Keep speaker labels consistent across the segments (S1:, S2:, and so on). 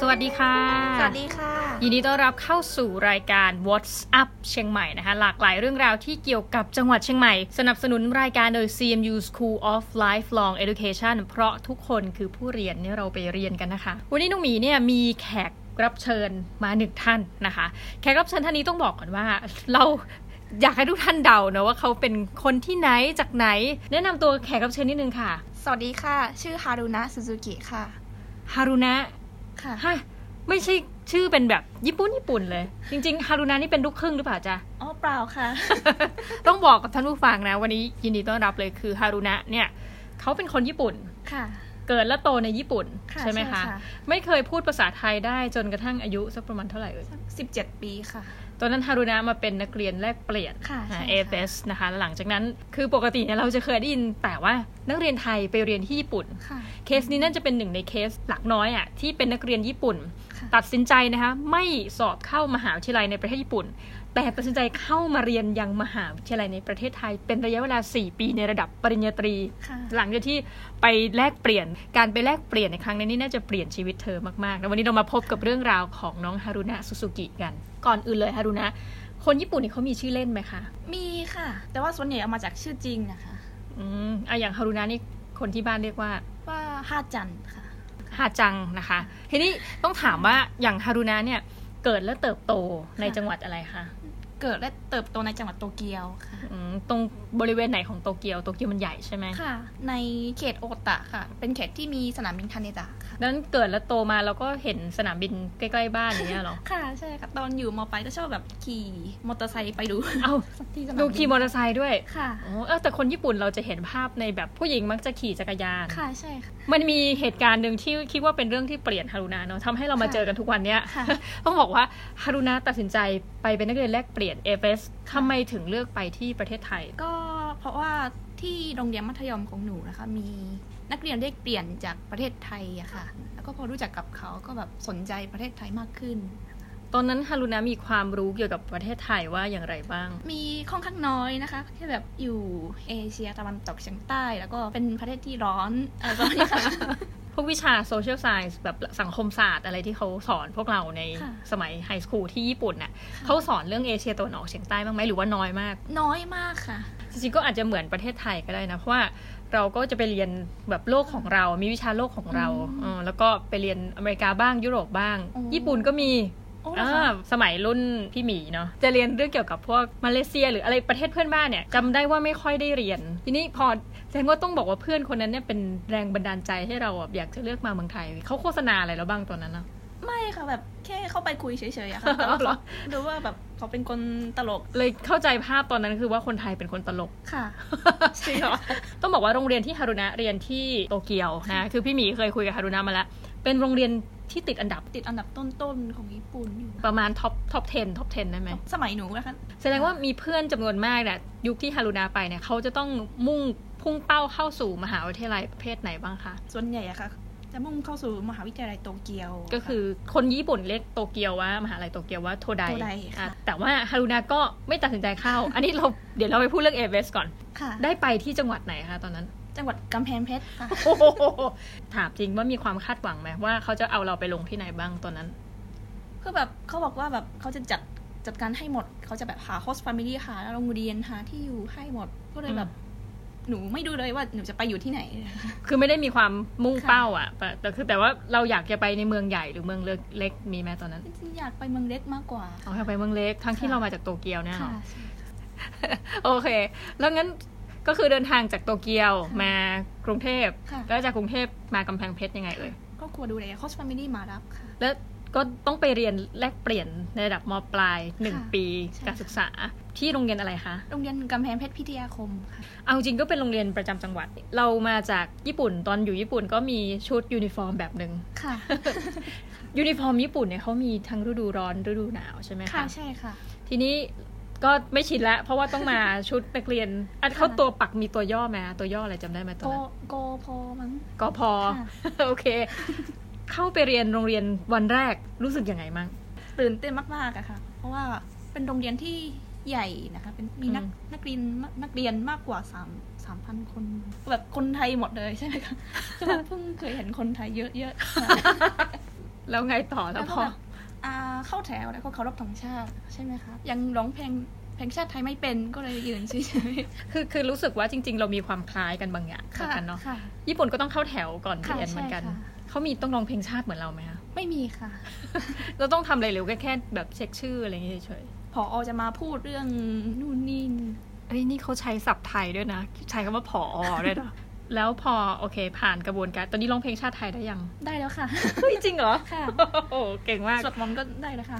S1: สวัสดีค่ะ
S2: สวัสดีค่ะ
S1: ยินดีต้อนรับเข้าสู่รายการ What's Up เชียงใหม่นะคะ หลากหลายเรื่องราวที่เกี่ยวกับจังหวัดเชียงใหม่ สนับสนุนรายการโดย CMU School of Lifelong Education เพราะทุกคนคือผู้เรียนเนี่ยเราไปเรียนกันนะคะ วันนี้น้องหมีเนี่ยมีแขกรับเชิญมาหนึ่งท่านนะคะ แขกรับเชิญท่านนี้ต้องบอกก่อนว่า เราอยากให้ทุกท่านเดานะว่าเขาเป็นคนที่ไหนจากไหน แนะนำตัวแขกรับเชิญนิดนึงค่ะ
S2: สวัสดีค่ะ ชื่อฮารุนะซูซูกิค่ะ
S1: ฮารุนะ
S2: ค่ะ
S1: ฮะไม่ใช่ชื่อเป็นแบบญี่ปุ่นญี่ปุ่นเลย จริงๆฮารุนานี่เป็นลูกครึ่งหรือเปล่าจ๊ะ
S2: อ๋อเปล่าค่ะ
S1: ต้องบอกกับท่านผู้ฟังนะ วันนี้ยินดีต้อนรับเลยคือฮารุนะเนี่ยเขาเป็นคนญี่ปุ่น
S2: ค่ะ
S1: เกิดและโตในญี่ปุ่น
S2: ค่ะ
S1: ใช่ไหมคะ
S2: ใช่ค่ะ
S1: ไม่เคยพูดภาษาไทยได้จนกระทั่งอายุสักประมาณเท่าไหร่เอ่ย
S2: 17 ปีค่ะ
S1: ตอนนั้นฮารุนะมาเป็นนักเรียนแลกเปลี่ยน
S2: ค่ะใช่ค่ะ
S1: เอเฟสนะคะแล้วหลังจากนั้นคือปกติเนี่ยเราจะเคยได้ยินแต่ว่านักเรียนไทยไปเรียนที่ญี่ปุ่น
S2: ค่ะ
S1: เคสนี้น่าจะเป็นหนึ่งในเคสหลักน้อยอะ่ะที่เป็นนักเรียนญี่ปุ่น
S2: ค่ะ
S1: ตัดสินใจนะคะไม่สอบเข้ามหาวิทยาลัยในประเทศญี่ปุ่น แต่ตัดสินใจเข้ามาเรียนยังมหาวิทยาลัยในประเทศไทย เป็นระยะเวลา 4 ปีในระดับปริญญาตรี
S2: ค่ะ
S1: หลังจากที่ไปแลกเปลี่ยนการไปแลกเปลี่ยนในครั้งนี้นี่น่าจะเปลี่ยนชีวิตเธอมากๆแล้ววันนี้เรามาพบกับเรื่องราวของน้องฮารุนะซูซูกิกัน ก่อนอื่นเลยฮารุนะคนญี่ปุ่นเนี่ยเขามีชื่อเล่นไหมคะ
S2: มีค่ะ แต่ว่าส่วนใหญ่เอามาจากชื่อจริงนะคะ
S1: อืมอ่ะอย่างฮารุนะนี่คนที่บ้านเรียกว่า
S2: ว่าฮาจันค่ะ
S1: ฮาจังนะคะ ทีนี้ต้องถามว่าอย่างฮารุนะเนี่ยเกิดและเติบโตในจังหวัดอะไรคะ
S2: เกิดและเติบโตในจังหวัดโตเกียวค่ะ
S1: อืมตรงบริเวณไหนของโตเกียวโตเกียวมันใหญ่ใช่ไหม
S2: ค่ะ ในเขตโอตะค่ะ เป็นเขตที่มีสนามบินทันเนตะค่ะ
S1: ดังนั้นเกิดและโตมาเราก็เห็นสนามบินใกล้ ๆ บ้านอย่างเงี้ยเหรอ
S2: ค่ะ ใช่ค่ะ ตอนอยู่มปลายก็ชอบแบบขี่มอเตอร์ไซค์ไปดู
S1: เอ้า
S2: ที่สนาม
S1: ดู
S2: บิน
S1: ขี่มอเตอร์ไซค์ด้วย
S2: ค่ะ
S1: อ๋อเออแต่คนญี่ปุ่นเราจะเห็นภาพในแบบผู้หญิงมักจะขี่จักรยาน
S2: ค่ะ ใช่ค่ะ
S1: มันมีเหตุการณ์หนึ่งที่คิดว่าเป็นเรื่องที่เปลี่ยนฮารุนาเนาะทำให้เรามา
S2: ค่ะ
S1: เจอกันทุกวันเนี้ย
S2: ค่ะ
S1: ต้องบอกว่าฮารุนาตัดสินใจไปเป็นนักเรียนแลกเปลี่ยนเอเสทำไมถึงเลือกไปที่ประเทศไทย
S2: ก็เพราะว่าที่โรงเรียนมัธยมของหนูนะคะ มีนักเรียนได้เปลี่ยนจากประเทศไทยอะค่ะ แล้วก็พอรู้จักกับเขาก็แบบสนใจประเทศไทยมากขึ้น
S1: ตอนนั้นฮารุนะมีความรู้เกี่ยวกับประเทศไทยว่าอย่างไรบ้าง
S2: มีค่อนข้างน้อยนะคะแค่แบบอยู่เอเชียตะวันตกเฉียงใต้ แล้วก็เป็นประเทศที่ร้อนอะไรประมาณนี้ ค่ะ
S1: พวกวิชาโซเชียลไซน์แบบสังคมศาสตร์อะไรที่เขาสอนพวกเราใน
S2: ค่ะ
S1: สมัยไฮสคูลที่ญี่ปุ่นน่ะเขาสอนเรื่องเอเชียตะวันออกเฉียงใต้บ้างไหมหรือว่าน้อยมาก
S2: น้อยมากค่ะ
S1: จริงๆก็อาจจะเหมือนประเทศไทยก็ได้นะ เพราะว่าเราก็จะไปเรียนแบบโลกของเรา มีวิชาโลกของเรา
S2: อืม
S1: เออแล้วก็ไปเรียนอเมริกาบ้างยุโรปบ้าง
S2: อ๋อ
S1: ญี่ปุ่นก็มี
S2: โอ้
S1: อ่า
S2: ค่ะ
S1: สมัยรุ่นพี่หมีเนาะจะเรียนเรื่องเกี่ยวกับพวกมาเลเซีย หรืออะไรประเทศเพื่อนบ้านเนี่ยจำได้ว่าไม่ค่อยได้เรียน ทีนี้พอแสดงว่าต้องบอกว่าเพื่อนคนนั้นเนี่ยเป็นแรงบันดาลใจให้เราอ่ะอยากจะเลือกมาเมืองไทยเขาโฆษณาอะไรเราบ้างตอนนั้นนะ
S2: ไม่ค่ะแบบแค่เข้าไปคุยเฉยๆอะค่ะแต่ว่า
S1: เหรอ
S2: ดูว่าแบบเขาเป็นคนตลก
S1: เลยเข้าใจภาพตอนนั้นคือว่าคนไทยเป็นคนตลก
S2: ค่ะ
S1: จริงเหร อต้องบอกว่าโรงเรียนที่ฮารุนะเรียนที่โตเกียวนะ คือพี่หมีเคยคุยกับฮารุนะมาแล้วเป็นโรงเรียนที่ติดอันดับ
S2: ติดอันดับต้นๆของญี่ปุ่นอยู่
S1: ประมาณท็อปท็อป 10ท็อป 10 ได้ไหม
S2: สมัยหนูนะคะ
S1: แสดงว่ามีเพื่อนจำนวนมากเนี่ยยุคที่ฮารุนะไปเนี่ยเขาจะต้องมุ่งพุ่งเป้าเข้าสู่มหาวิทยาลัยประเภทไหนบ้างคะ
S2: ส่วนใหญ่อะค่ะ จะมุ่งเข้าสู่มหาวิทยาลัยโตเกียว
S1: ก็คือคนญี่ปุ่นเรียกโตเกียวว่ามหาลัยโตเกียวว่าโทได
S2: โทไดค่ะ
S1: อ่ะแต่ว่าฮารุนะก็ไม่ตัดสินใจเข้า อันนี้เราเดี๋ยวเราไปพูดเรื่องเอเวสก่อน
S2: ค่ะ
S1: ได้ไปที่จังหวัดไหนคะตอนนั้น
S2: จังหวัดกำแพงเพชรค่ะ
S1: โอ้โหถามจริงว่ามีความคาดหวังไหมว่าเขาจะเอาเราไปลงที่ไหนบ้างตอนนั้น
S2: คือแบบเขาบอกว่าแบบเขาจะจัดจัดการให้หมด เขาจะแบบหาโฮสต์ f ฟมิลี่หาโรงเรียนหาที่อยู่ให้หมด ก็เลยแบบ หนูไม่ดูเลยว่าหนูจะไปอยู่ที่ไหน
S1: คือไม่ได้มีความมุ่ง
S2: ค่ะ
S1: เป้าอ่ะแต่แต่คือแต่ว่าเราอยากจะไปในเมืองใหญ่หรือเมืองเล็กๆมีไหมตอนนั้น
S2: จริงๆอยากไปเมืองเล็กมากกว่า
S1: เอาอยากไปเมืองเล็กทั้งที่
S2: ค่ะ
S1: เรามาจากโตเกียวเนี่ย
S2: ค่ะ
S1: โอเค แล้วงั้นก็คือเดินทางจากโตเกียว
S2: ค่ะ
S1: มากรุงเทพ
S2: ค่ะ
S1: แล้วจากกรุงเทพมากำแพงเพชรยังไงเอ่ย
S2: ครอบครัวดูแลโฮสต์ f ฟมิลี่มารับค่ะ
S1: แล้วก็ต้องไปเรียนแลกเปลี่ยนในระดับมปลายหนึ่ง
S2: ค่ะ
S1: ปี
S2: ใช่
S1: การศึกษาที่โรงเรียนอะไรคะ
S2: โรงเรียนกำแพงเพชรพิทยาคมค่ะ
S1: เอาจริงก็เป็นโรงเรียนประจำจังหวัด เรามาจากญี่ปุ่นตอนอยู่ญี่ปุ่นก็มีชุดยูนิฟอร์มแบบหนึ่ง
S2: ค่ะ
S1: ยูนิฟอร์มญี่ปุ่นเนี่ยเขามีทั้งฤดูร้อนฤดูหนาวใช่ไหม
S2: ค่ะ
S1: คะ
S2: ใช่ค่ะ
S1: ทีนี้ก็ไม่ชินละเพราะว่าต้องมา ชุดนักเรียนอันเขาตัวปักมีตัวย่อไหมตัวย่ออะไรจำได้ไหมตอน
S2: โก
S1: นั้น
S2: โกโพมั้ง
S1: กพ
S2: ค่ะ
S1: โอเค เข้าไปเรียนโรงเรียนวันแรกรู้สึกยังไงมั่ง
S2: ตื่นเต้นมากๆอะค่ะ เพราะว่าเป็นโรงเรียนที่ใหญ่นะคะ เป็นมีนัก
S1: อืม
S2: นักเรียนมากนักเรียนมากกว่าสามสามพันคน แบบคนไทยหมดเลยใช่ไหมคะ คือแบบเพิ่งเคยเห็นคนไทยเยอะๆค่ะ
S1: แล้วไงต่อแล้
S2: แล้ว ว
S1: พ
S2: ก็
S1: อ
S2: แบบอ่าเข้าแถวแล้วก็เคารพธงชาติใช่ไหมคะยังร้องเพลงเพลงชาติไทยไม่เป็นก็เลยยืนเฉย
S1: คือคือรู้สึกว่าจริง ๆ เรามีความคล้ายกันบางอย่าง
S2: ๆ
S1: เข้ากันเนาะ
S2: ค่ะ
S1: ญี่ปุ่นก็ต้องเข้าแถวก่อน
S2: ค่ะ
S1: เรียนเหมือนกัน
S2: ใช่ค่ะ
S1: เขามีต้องร้องเพลงชาติเหมือนเราไหมคะ
S2: ไม่มีค่ะ
S1: เราต้องทำอะไรเร็วแค่แค่แบบเช็คชื่ออะไรอย่างเงี้ยเฉย
S2: พอจะมาพูดเรื่องนู่นนี่
S1: ๆเอ้ยนี่เขาใช้ศัพท์ไทยด้วยนะ ใช้คำว่าผอด้วยนะ แล้วพอโอเค ผ่านกระบวนการ ตอนนี้ร้องเพลงชาติไทยได้ยัง
S2: ได้แล้ว ค่ะ
S1: เฮ้ยจริงเหรอ
S2: ค่ะ
S1: โอ้โหเก่งมาก
S2: สวดมนต์ก็ได้แล้วค่ะ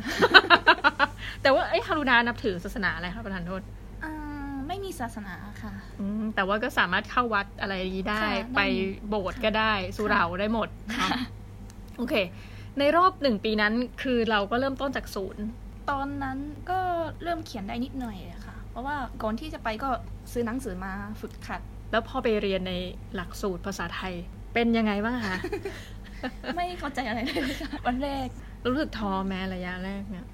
S1: แต่ว่าไอ้ฮารุดานับถือศาสนาอะไรคะประธานโทษ
S2: อ่าไม่มีศาสนาค่ะ
S1: อืมแต่ว่าก็สามารถเข้าวัดอะไรอย่างนี้ได้
S2: ค่ะได้
S1: ไปโบสถ์ก็ได้สุเหร่าได้หมด
S2: ค่ะ
S1: โอเค ในรอบหนึ่งปีนั้นคือเราก็เริ่มต้นจากศูนย์
S2: ตอนนั้นก็เริ่มเขียนได้นิดหน่อยเลยค่ะ เพราะว่าก่อนที่จะไปก็ซื้อหนังสือมาฝึก ขัด
S1: แล้วพอไปเรียนในหลักสูตรภาษาไทยเป็นยังไงบ้าง คะ
S2: ไม่เข้าใจอะไรเลยค่ะวันแรก
S1: รู้สึกท้อแม้ระยะแรกเนี่ย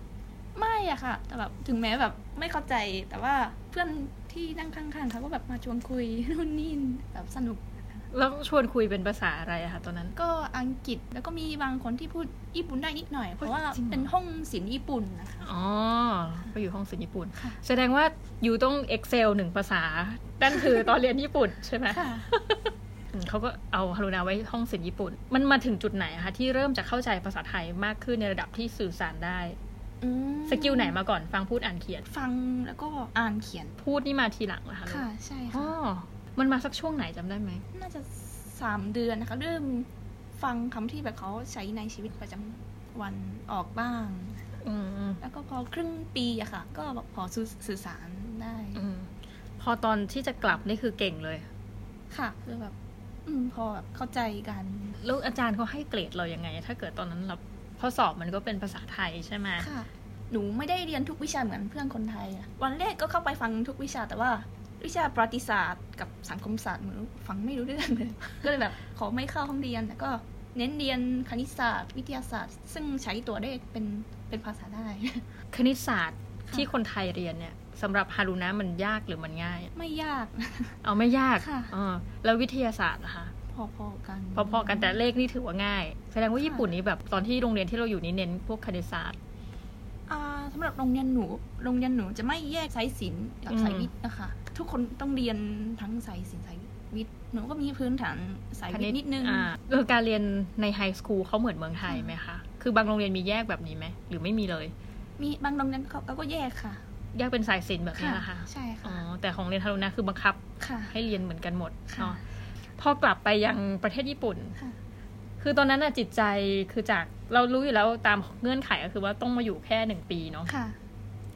S2: ไม่อะค่ะ แต่แบบถึงแม้แบบไม่เข้าใจแต่ว่าเพื่อนที่นั่งข้างๆเขาก็แบบมาชวนคุย นู่นนี่แบบสนุก
S1: แล้วชวนคุยเป็นภาษาอะไรอะคะตอนนั้น
S2: ก็อังกฤษแล้วก็มีบางคนที่พูดญี่ปุ่นได้นิดหน่อย เพราะว่า
S1: จริงเหรอ
S2: เป็นห้องศิลป์ญี่ปุ่นนะคะ
S1: อ๋อไปอยู่ห้องศิลป์ญี่ปุ่น
S2: ค่ะ
S1: แสดงว่าอยู่ต้อง Excel หนึ่งภาษานั่นคือตอนเรียนญี่ปุ่นใช่ไหม
S2: ค่ะ
S1: อืมเขาก็เอาฮารุนาไว้ห้องศิลป์ญี่ปุ่น มันมาถึงจุดไหนอะคะที่เริ่มจะเข้าใจภาษาไทยมากขึ้นในระดับที่สื่อสารได้
S2: อืม
S1: สกิลไหนมาก่อนฟังพูดอ่านเขียน
S2: ฟังแล้วก็อ่านเขียน
S1: พูดนี่มาทีหลังเหรอคะ
S2: ค่ะใช่
S1: อ๋อ
S2: ค่ะ
S1: มันมาสักช่วงไหนจำได้ไหม
S2: น่าจะสามเดือนนะคะ เริ่มฟังคำที่แบบเขาใช้ในชีวิตประจำวันออกบ้าง
S1: อืมอืม
S2: แล้วก็พอครึ่งปีอะค่ะ ก็แบบพอสื่อสื่อสารได้
S1: อืมพอตอนที่จะกลับนี่คือเก่งเลย
S2: ค่ะ คือแบบ อืมพอแบบเข้าใจกัน
S1: แล้วอาจารย์เขาให้เกรดเรายังไง ถ้าเกิดตอนนั้นเราข้อสอบมันก็เป็นภาษาไทยใช่ไหม
S2: ค่ะ หนูไม่ได้เรียนทุกวิชาเหมือนเพื่อนคนไทยอะวันแรกก็เข้าไปฟังทุกวิชาแต่ว่า วิชาประวัติศาสตร์กับสังคมศาสตร์หนูฟังไม่รู้เรื่องเลย ก็เลยแบบขอไม่เข้าห้องเรียนแต่ก็เน้นเรียนคณิตศาสตร์ วิทยาศาสตร์ ซึ่งใช้ตัวเลขเป็นเป็นภาษาได้
S1: คณิตศาสตร์ที่คนไทยเรียนเนี่ยสำหรับฮารุนะมันยากหรือมันง่าย
S2: ไม่ยาก
S1: เอาไม่ยาก
S2: ค่ะ
S1: อ่าแล้ววิทยาศาสตร์นะคะ
S2: พอๆกัน
S1: พอๆกันแต่เลขนี่ถือว่าง่าย แสดงว่า
S2: ค่ะ
S1: ญี่ปุ่นนี้แบบตอนที่โรงเรียนที่เราอยู่นี่เน้นพวกคณิตศาสตร์
S2: อ่าสำหรับโรงเรียนหนู โรงเรียนหนูจะไม่แยกสายศิลป์กับ
S1: อืม
S2: สายวิทย์นะคะ ทุกคนต้องเรียนทั้งสายศิลป์สายวิทย์ หนูก็มีพื้นฐานสาย
S1: ค
S2: วิทย์นิดนึง
S1: อ่าเออการเรียนในไฮสคูลเขาเหมือนเมืองไทยไหมคะ คือบางโรงเรียนมีแยกแบบนี้ไหม หรือไม่มีเลย
S2: มีบางโรงเรียนเขาก็แยกค่ะ
S1: แยกเป็นสายศิลป์แบบนี้นะคะ
S2: ใช่
S1: อ๋อ
S2: ค่ะ
S1: แต่ของเรียนฮารุนะคือบังคับ
S2: ค่ะ
S1: ให้เรียนเหมือนกันหมด
S2: ค่ะ
S1: เนาะพอกลับไปยังประเทศญี่ปุ่น
S2: ค่ะ
S1: คือตอนนั้นน่ะจิตใจคือจากเรารู้อยู่แล้วตามเงื่อนไขก็คือว่าต้องมาอยู่แค่หนึ่งปีเนาะ
S2: ค่ะ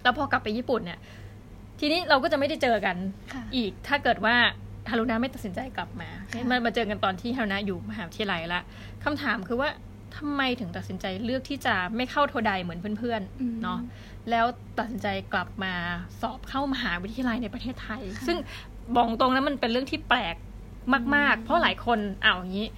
S1: แล้วพอกลับไปญี่ปุ่นเนี่ย ทีนี้เราก็จะไม่ได้เจอกัน
S2: ค่ะ
S1: อีกถ้าเกิดว่าฮารุนะไม่ตัดสินใจกลับมา
S2: ค่ะ
S1: มันมาเจอกันตอนที่ฮารุนะอยู่มหาวิทยาลัยละคำถามคือว่าทำไมถึงตัดสินใจเลือกที่จะไม่เข้าโทไดเหมือนเพื่อน
S2: อืม
S1: ๆเนาะแล้วตัดสินใจกลับมาสอบเข้ามหาวิทยาลัยในประเทศไทย
S2: ค่ะ
S1: ซึ่งบอกตรงนะมันเป็นเรื่องที่แปลกมากๆ
S2: อืม
S1: เพราะหลายคนอ้าวอย่างนี้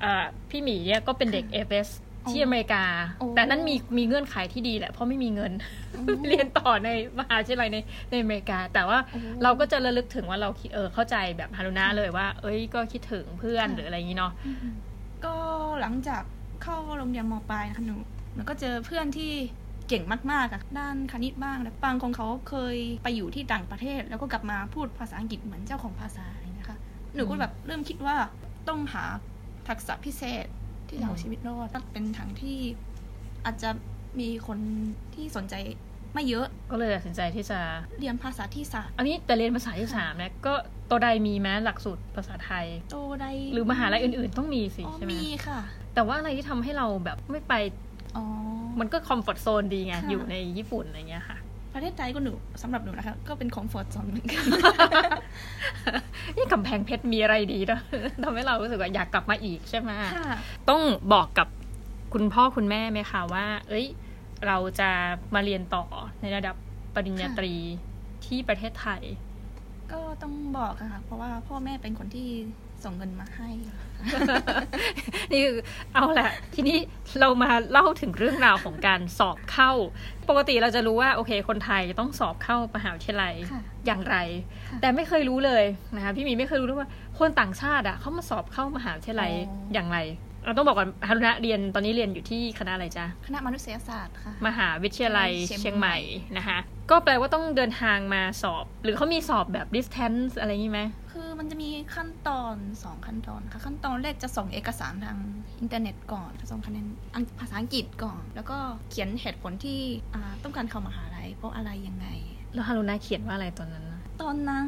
S1: เอ่อพี่หมีเนี่ยก็เป็นเด็กเอฟเอสที่อเมริกา
S2: โอ้
S1: แต่นั้นมีมีเงื่อนไขที่ดีแหละเพราะไม่มีเงิน
S2: อืม
S1: เรียนต่อในมหาวิทยาลัยในในอเมริกา แต่ว่า
S2: โอ้
S1: เราก็จะระลึกถึงว่าเราคิดเออเข้าใจแบบฮารุนะเลยว่า เอ้ยก็คิดถึงเพื่อน
S2: ค่ะ
S1: หรืออะไรอย่างนี้เนาะ
S2: อืมก็หลังจากเข้าโรงเรียนมปลายนะคะหนูหนูก็เจอเพื่อนที่เก่งมากๆอะด้านคณิตบ้างแล้วบางของเขาเคยไปอยู่ที่ต่างประเทศ แล้วก็กลับมาพูดภาษาอังกฤษเหมือนเจ้าของภาษาอะไรอย่างเงี้ยค่ะหนูก็แบบเริ่มคิดว่าต้องหาทักษะพิเศษที่จะเอาชีวิตรอดเป็นทางที่อาจจะมีคนที่สนใจไม่เยอะ
S1: ก็เลยตัดสินใจที่จะ
S2: เรียนภาษาที่สาม
S1: อันนี้แต่เรียนภาษาที่สามนะก็โตวใดมีไหมหลักสูตรภาษาไทย
S2: โตได
S1: หรือมหาลัยอื่น ๆ ต้องมีสิ
S2: อ๋อ
S1: ใช่ไหม
S2: มีค่ะ
S1: แต่ว่าอะไรที่ทำให้เราแบบไม่ไป
S2: อ๋อ
S1: มันก็คอมฟอร์ทโซนดีไง
S2: ค่ะ
S1: อยู่ในญี่ปุ่นอะไรเงี้ยค่ะ
S2: ประเทศไทยก็หนูสำหรับหนูนะคะ ก็เป็นของฟอร์ดซอนเหมือนกัน
S1: นี่กำแพงเพชรมีอะไรดีนะ ทำให้เรารู้สึกว่าอยากกลับมาอีกใช่ไหม
S2: ค่ะ
S1: ต้องบอกกับคุณพ่อคุณแม่ไหมคะว่า เอ้ย เราจะมาเรียนต่อในระดับปริญญาตรีที่ประเทศไทย
S2: ก็ต้องบอกอะค่ะ เพราะว่าพ่อแม่เป็นคนที่ส่งเงินมาให้
S1: นี่คือเอาแหละ ทีนี้เรามาเล่าถึงเรื่องราวของการสอบเข้า ปกติเราจะรู้ว่าโอเค คนไทยต้องสอบเข้ามหาวิทยาลัย
S2: ค่ะ
S1: อย่างไร
S2: ค่ะ
S1: แต่ไม่เคยรู้เลยนะคะพี่หมีไม่เคยรู้เลยว่าคนต่างชาติอะเขามาสอบเข้ามหาวิทยาลัย
S2: อ๋อ
S1: อ
S2: อ
S1: ย่างไร เราต้องบอกก่อนฮารุณะเรียนตอนนี้เรียนอยู่ที่คณะอะไรจ๊ะ
S2: คณะมนุษยศาสตร์ค่ะ
S1: มหาวิทยาลัย
S2: เชียง
S1: เชียงใหม่
S2: ใหม่
S1: นะคะ ก็แปลว่าต้องเดินทางมาสอบ หรือเขามีสอบแบบ distance อะไรอย่างนี้ไหม
S2: คือมันจะมีขั้นตอนสองขั้นตอนค่ะ ขั้นตอนแรกจะส่งเอกสารทางอินเทอร์เน็ตก่อนส่งคะแนนอังภาษาอังกฤษก่อน แล้วก็เขียนเหตุผลที่อ่าต้องการเข้ามหาลัยเพราะอะไรยังไง
S1: แล้วฮารุณะเขียนว่าอะไรตอนนั้นน่ะ
S2: ตอนนั้น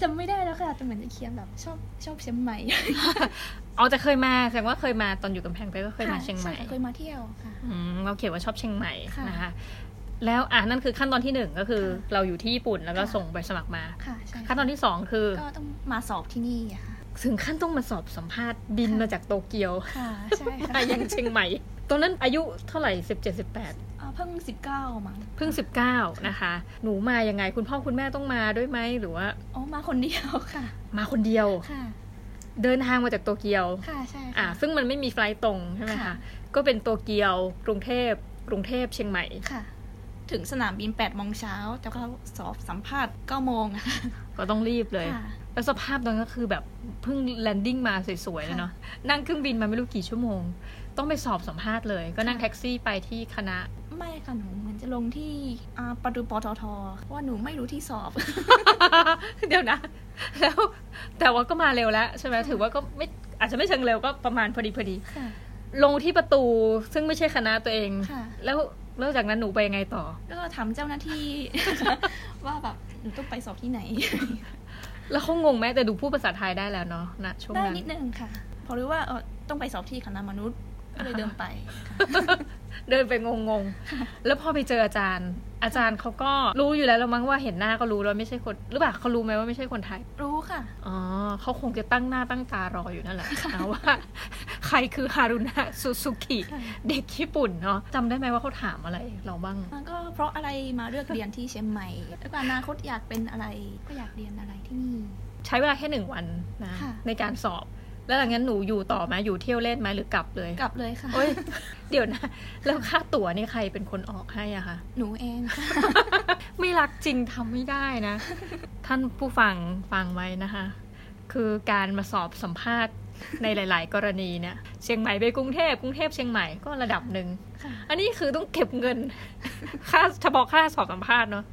S2: จำไม่ได้แล้วค่ะแต่เหมือนจะเขียนแบบชอบชอบเชียงใหม่
S1: อ๋อจะเคยมาแสดงว่าเคยมาตอนอยู่กำแพงเพชรก็เคยมาเชียงใหม่
S2: ค่ะเคยมาเที่ยวค่ะ
S1: อืมเราเขียนว่าชอบเชียงใหม่
S2: ค่ะ
S1: นะคะ แล้วอ่ะนั่นคือขั้นตอนที่หนึ่งก็คือ
S2: ค่ะ
S1: เราอยู่ที่ญี่ปุ่นแล้วก็
S2: ค่ะ
S1: ส่งไปสมัครมา
S2: ค่ะใช่
S1: ขั้นตอนที่สองคือ
S2: ก็ต้องมาสอบที่นี่อะค่ะ
S1: ถึงขั้นต้องมาสอบสัมภาษณ์บิน
S2: ค่ะ
S1: มาจากโตเกียว
S2: ค่ะใช่ค่ะ
S1: มายังเชียงใหม่ ตอนนั้นอายุเท่าไหร่สิบเจ็ดสิบแปด
S2: อ่าเพิ่งสิบเก้ามั้ง
S1: เพิ่ง 19 นะคะ หนูมายังไงคุณพ่อคุณแม่ต้องมาด้วยไหมหรือว่า
S2: อ๋อมาคนเดียวค่ะ
S1: มาคนเดียว
S2: ค่ะ
S1: เดินทางมาจากโตเกียว
S2: ค่ะใช่
S1: อ่า
S2: ค่ะ
S1: ซึ่งมันไม่มีไฟลท์ตรงใช่ไหมคะ
S2: ค่ะ
S1: ก็เป็นโตเกียว กรุงเทพกรุงเทพเชียงใหม่
S2: ค่ะ ถึงสนามบิน8ปดโมงเช้าแต่ก็สอบสัมภาษณ์9ก้าโมงอะค่ะ
S1: ก็ต้องรีบเลย
S2: ค่ะ
S1: แล้วสภาพตอนนั้นก็คือแบบเพิ่งแลนดิ้งมาสวยๆเลยเนาะนั่งเครื่องบินมาไม่รู้กี่ชั่วโมง ต้องไปสอบสัมภาษณ์เลย ก็นั่ง
S2: ค่ะ
S1: แท็กซี่ไปที่คณะ ไม่
S2: ไม่ค่ะหนูเหมือนจะลงที่อ่าประตูปตทเพราะว่าหนูไม่รู้ที่สอบ
S1: เดี๋ยวนะ แล้วแต่ว่าก็มาเร็วแล้วใช่ไหมถือว่าก็ไม่อาจจะไม่เชิงเร็วก็ประมาณพอดีพอดี
S2: ค่ะ
S1: ลงที่ประตูซึ่งไม่ใช่คณะตัวเอง
S2: ค่ะ
S1: แล้วแล้วจากนั้นหนูไปยังไงต่อ
S2: แล้ว ก็ถามเจ้าหน้าที่ ว่าแบบหนูต้องไปสอบที่ไหน
S1: แล้วเขางงไหมแต่ดูพูดภาษาไทยได้แล้วเนาะนะช่วง
S2: ได้
S1: นั้น
S2: นิดนึงค่ะ พอรู้ว่าเอ่อต้องไปสอบที่คณะมนุษย์ก็เลยเดินไปค่ะ
S1: เดินไปงงงๆแล้วพอไปเจออาจารย์ อาจารย์เขาก็รู้อยู่แล้วแล้วมั้งว่าเห็นหน้าก็รู้แล้วไม่ใช่คนหรือเปล่าเขารู้ไหมว่าไม่ใช่คนไทย
S2: รู้ค่ะ
S1: อ๋อเขาคงจะตั้งหน้าตั้งตารออยู่นั่นแหละ นะว่า ใครคือฮารุนะซูซูกิ
S2: ค่ะ
S1: เด็กญี่ปุ่นเนาะจำได้ไหมว่าเขาถามอะไรเราบ้าง
S2: มันก็เพราะอะไรมาเลือกเรียนที่เชียงใหม่ แล้วก็อนาคตอยากเป็นอะไรก็อยากเรียนอะไรที่นี่
S1: ใช้เวลาแค่หนึ่งวันนะ
S2: ค่ะ
S1: ในการสอบ แล้วหลังจากนั้นหนูอยู่ต่อไหมอยู่เที่ยวเล่นไหมหรือกลับเลย
S2: กลับเลยค่ะ
S1: โอ๊ย เดี๋ยวนะ แล้วค่าตั๋วนี่ใครเป็นคนออกให้อะคะ
S2: หนูเองค่ะ
S1: ไม่รักจริงทำไม่ได้นะ ท่านผู้ฟังฟังไว้นะคะ คือการมาสอบสัมภาษณ์ในหลาย ๆ กรณีเนี่ยเชียงใหม่ไปกรุงเทพกรุงเทพเชียงใหม่ก็ระดับหนึ่ง
S2: ค่ะ
S1: อันนี้คือต้องเก็บเงิน ค่าเฉพาะค่าสอบสัมภาษณ์เนาะ